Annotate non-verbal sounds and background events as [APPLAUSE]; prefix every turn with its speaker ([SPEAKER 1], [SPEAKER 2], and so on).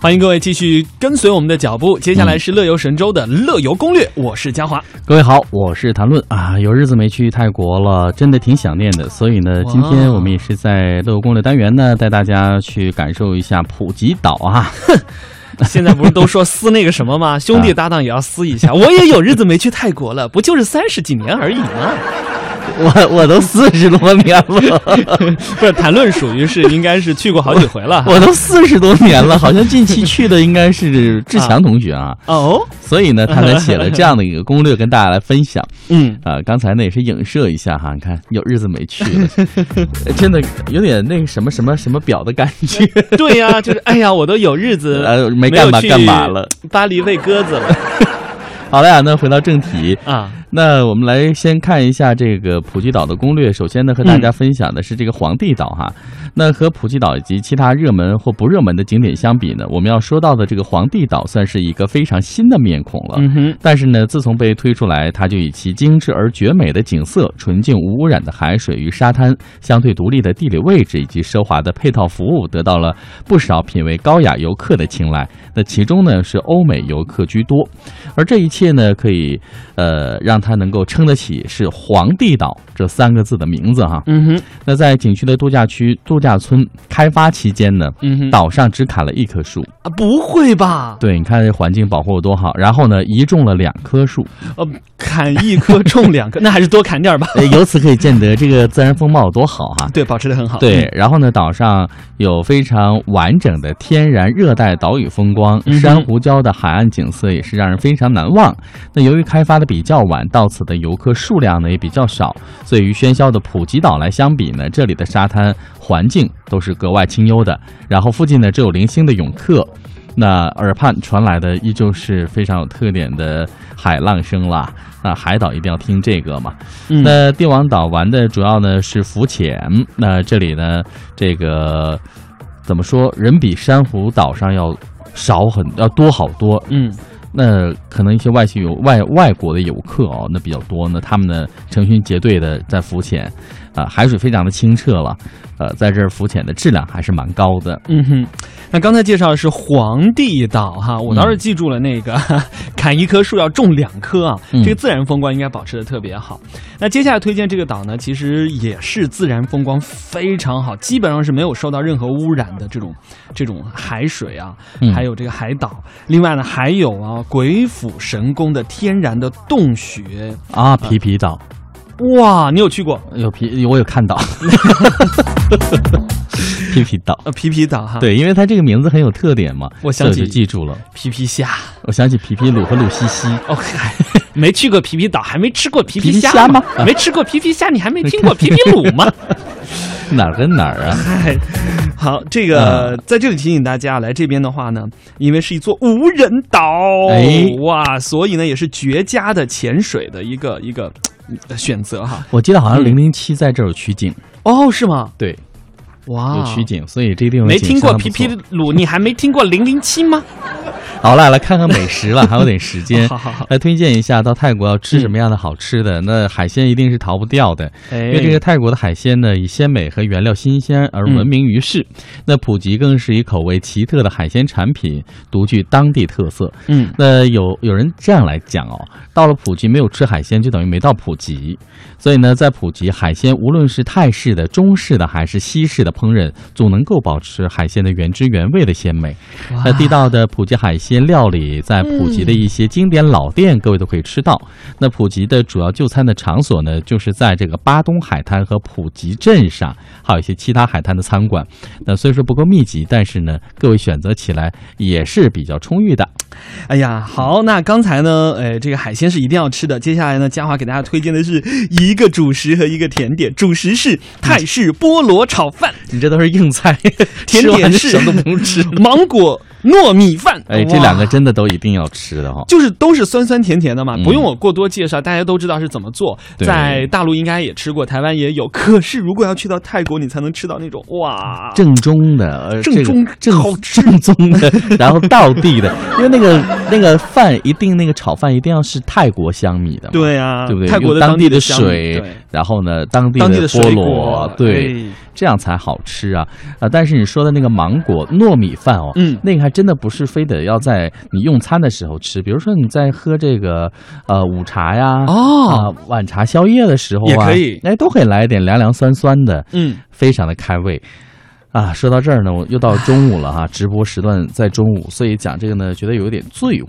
[SPEAKER 1] 欢迎各位继续跟随我们的脚步。接下来是乐游神州的乐游攻略，我是嘉华。
[SPEAKER 2] 各位好，我是谭论啊，有日子没去泰国了，真的挺想念的。所以呢，
[SPEAKER 1] 哇
[SPEAKER 2] 今天我们也是在乐游攻略单元呢，带大家去感受一下普吉岛啊。
[SPEAKER 1] [LAUGHS]
[SPEAKER 2] [LAUGHS]
[SPEAKER 1] 现在不是都说撕那个什么吗？ [LAUGHS] 兄弟搭档也要撕一下。我也有日子没去泰国了，不就是三十几年而已吗？
[SPEAKER 2] 我我都四十多年
[SPEAKER 1] [LAUGHS]
[SPEAKER 2] 了，
[SPEAKER 1] 不是，谈论属于是应该是去过好几回了。
[SPEAKER 2] 我都四十多年了，好像近期去的应该是志强同学
[SPEAKER 1] [LAUGHS]
[SPEAKER 2] 啊，
[SPEAKER 1] [LAUGHS] 哦，
[SPEAKER 2] 所以呢，他才写了这样的一个攻略跟大家来分享。
[SPEAKER 1] 嗯，
[SPEAKER 2] 啊，刚才呢也是影射一下哈，你看有日子没去
[SPEAKER 1] [LAUGHS]
[SPEAKER 2] 了，呃真的有点那个什么什么什么表的感
[SPEAKER 1] [LAUGHS]
[SPEAKER 2] 觉，
[SPEAKER 1] 对呀、就是哎呀，我都有日子
[SPEAKER 2] 呃，没
[SPEAKER 1] 没有
[SPEAKER 2] 干嘛
[SPEAKER 1] 去
[SPEAKER 2] 干嘛了。
[SPEAKER 1] 巴黎喂鸽子了
[SPEAKER 2] 好了呀，那回到正题，
[SPEAKER 1] 啊。
[SPEAKER 2] 那我们来先看一下这个普吉岛的攻略。首先呢，和大家分享的是这个皇帝岛哈。那和普吉岛以及其他热门或不热门的景点相比呢，我们要说到的这个皇帝岛算是一个非常新的面孔了。
[SPEAKER 1] 嗯哼，
[SPEAKER 2] 但是呢，自从被推出来，它就以其精致而绝美的景色、纯净无污染的海水与沙滩、相对独立的地理位置以及奢华的配套服务，得到了不少品味高雅游客的青睐。那其中呢，是欧美游客居多，而这一切呢，可以呃让它能够撑得起是“皇帝岛”这三个字的名字哈。
[SPEAKER 1] 嗯哼，
[SPEAKER 2] 那在景区的度假区、度假村开发期间呢，
[SPEAKER 1] 嗯哼，
[SPEAKER 2] 岛上只砍了一棵树，
[SPEAKER 1] 啊，不会吧？
[SPEAKER 2] 对，你看这环境保护有多好。然后呢，移种了两棵树。
[SPEAKER 1] 呃，砍一 [LAUGHS] 棵种两棵，那还是多砍点儿吧。
[SPEAKER 2] 呃，由此可以见得这个自然风貌有多好哈。
[SPEAKER 1] 对，保持的很好。
[SPEAKER 2] 对，然后呢，岛上有非常完整的天然热带岛屿风光，
[SPEAKER 1] 嗯哼
[SPEAKER 2] 珊瑚礁的海岸景色也是让人非常难忘。那由于开发的比较晚，到此的游客数量呢也比较少，所以与喧嚣的普吉岛来相比呢，这里的沙滩环境都是格外清幽的。然后附近呢只有零星的泳客。那耳畔传来的依旧是非常有特点的海浪声啦，那海岛一定要听这个嘛。
[SPEAKER 1] 嗯，
[SPEAKER 2] 那帝王岛玩的主要呢是浮潜，那这里呢，这个怎么说，人比珊瑚岛上要少很要多好多。
[SPEAKER 1] 嗯
[SPEAKER 2] 那可能一些外星游外外国的游客哦，那比较多，那他们呢成群结队的在浮潜，啊、海水非常的清澈了，呃，在这儿浮潜的质量还是蛮高的。
[SPEAKER 1] 嗯哼，那刚才介绍的是皇帝岛哈，我倒是记住了那个、 [LAUGHS] 砍一棵树要种两棵啊，
[SPEAKER 2] 嗯
[SPEAKER 1] 这个自然风光应该保持的特别好。那接下来推荐这个岛呢，其实也是自然风光非常好，基本上是没有受到任何污染的这种这种海水啊，
[SPEAKER 2] 嗯
[SPEAKER 1] 还有这个海岛。另外呢，还有啊鬼斧神工的天然的洞穴，
[SPEAKER 2] 啊，皮皮岛
[SPEAKER 1] 哇，你有去过？
[SPEAKER 2] 有皮，我有看 [LAUGHS] 到，皮皮岛。
[SPEAKER 1] 呃，皮皮岛哈，，
[SPEAKER 2] 对，因为它这个名字很有特点嘛，
[SPEAKER 1] 我想
[SPEAKER 2] 所以我
[SPEAKER 1] 起
[SPEAKER 2] 就记住了。
[SPEAKER 1] 皮皮虾。
[SPEAKER 2] 我想起皮皮鲁和鲁西西，
[SPEAKER 1] 哦，嗨， [LAUGHS] 没去过皮皮岛，还没吃过皮
[SPEAKER 2] 皮皮
[SPEAKER 1] 虾啊
[SPEAKER 2] 虾吗
[SPEAKER 1] 没吃过皮皮虾，你还没听过皮皮鲁 [LAUGHS] 吗？
[SPEAKER 2] 哪儿跟哪儿啊？
[SPEAKER 1] [LAUGHS] 嗨，哎好，这个在这里提醒大家，来这边的话呢，因为是一座无人岛，
[SPEAKER 2] 哎
[SPEAKER 1] 哇，所以呢也是绝佳的潜水的一个一个呃选择哈。
[SPEAKER 2] 我记得好像
[SPEAKER 1] 嗯
[SPEAKER 2] 零零七在这儿有取景，
[SPEAKER 1] 哦，是吗？
[SPEAKER 2] 对，
[SPEAKER 1] 哇，
[SPEAKER 2] 有取景，所以这个地
[SPEAKER 1] 哦
[SPEAKER 2] 方
[SPEAKER 1] 没
[SPEAKER 2] 景
[SPEAKER 1] 听过
[SPEAKER 2] 相当
[SPEAKER 1] 皮
[SPEAKER 2] 不
[SPEAKER 1] 皮
[SPEAKER 2] 错。
[SPEAKER 1] 鲁，你还没听过零零七吗？
[SPEAKER 2] 好了，来看看美食
[SPEAKER 1] [LAUGHS]
[SPEAKER 2] 了，还有点时间
[SPEAKER 1] 好。好好，
[SPEAKER 2] 来推荐一下到泰国要吃什么样的好吃的？那海鲜一定是逃不掉的，
[SPEAKER 1] 哎
[SPEAKER 2] 因为这个泰国的海鲜呢，以鲜美和原料新鲜而闻名于世。
[SPEAKER 1] 嗯
[SPEAKER 2] 那普吉更是以口味奇特的海鲜产品独具当地特色。
[SPEAKER 1] 嗯
[SPEAKER 2] 那有有人这样来讲哦，到了普吉没有吃海鲜，就等于没到普吉。所以呢，在普吉，海鲜无论是泰式的、中式的还是西式的烹饪，总能够保持海鲜的原汁原味的鲜美。那地道的普吉海鲜料理，在普吉的一些经典老店，各位都可以吃到。那普吉的主要就餐的场所呢，就是在这个巴东海滩和普吉镇上，还有一些其他海滩的餐馆。那虽说不够密集，但是呢，各位选择起来也是比较充裕的。
[SPEAKER 1] 哎呀，好，那刚才呢，呃，这个海鲜是一定要吃的。接下来呢，嘉华给大家推荐的是一个主食和一个甜点，主食是泰式菠萝炒饭，
[SPEAKER 2] 你这都是硬 [LAUGHS] 菜，
[SPEAKER 1] 甜
[SPEAKER 2] 吃完
[SPEAKER 1] 点
[SPEAKER 2] 就是什么都不用吃了。
[SPEAKER 1] 芒果糯米饭。
[SPEAKER 2] [LAUGHS] 哎，这两个
[SPEAKER 1] 哇。
[SPEAKER 2] 真的都一定要吃的哈、
[SPEAKER 1] 就是都是酸酸甜甜的嘛，
[SPEAKER 2] 嗯
[SPEAKER 1] 不用我过多介绍，大家都知道是怎么做。
[SPEAKER 2] 对
[SPEAKER 1] 在大陆应该也吃过，台湾也有。可是如果要去到泰国，你才能吃到那种哇，
[SPEAKER 2] 正宗的，呃
[SPEAKER 1] 正
[SPEAKER 2] 这个
[SPEAKER 1] 宗
[SPEAKER 2] 正
[SPEAKER 1] 好吃
[SPEAKER 2] 正宗
[SPEAKER 1] [LAUGHS]
[SPEAKER 2] 的，然后道地的，因为那个那个饭一定那个炒饭一定要是泰国香米的嘛，
[SPEAKER 1] 对啊，
[SPEAKER 2] 对不对？
[SPEAKER 1] 泰国
[SPEAKER 2] 用
[SPEAKER 1] 的
[SPEAKER 2] 当地
[SPEAKER 1] 的
[SPEAKER 2] 的
[SPEAKER 1] 香米
[SPEAKER 2] 水
[SPEAKER 1] 对，
[SPEAKER 2] 然后呢，当地
[SPEAKER 1] 当地的
[SPEAKER 2] 菠
[SPEAKER 1] 水
[SPEAKER 2] 萝
[SPEAKER 1] 果，哎
[SPEAKER 2] 对，，这样才好吃啊啊！但是你说的那个芒果糯米饭哦，
[SPEAKER 1] 嗯
[SPEAKER 2] 那个还真的不是非得要在你用餐的时候吃，比如说你在喝这个呃午茶呀，
[SPEAKER 1] 哦
[SPEAKER 2] 啊晚茶宵夜的时候啊，
[SPEAKER 1] 也可以
[SPEAKER 2] 哎，都可以来一点凉凉酸酸的，
[SPEAKER 1] 嗯，
[SPEAKER 2] 非常的开胃。啊，说到这儿呢，我又到中午了哈、直播时段在中午，所以讲这个呢，觉得有点罪过。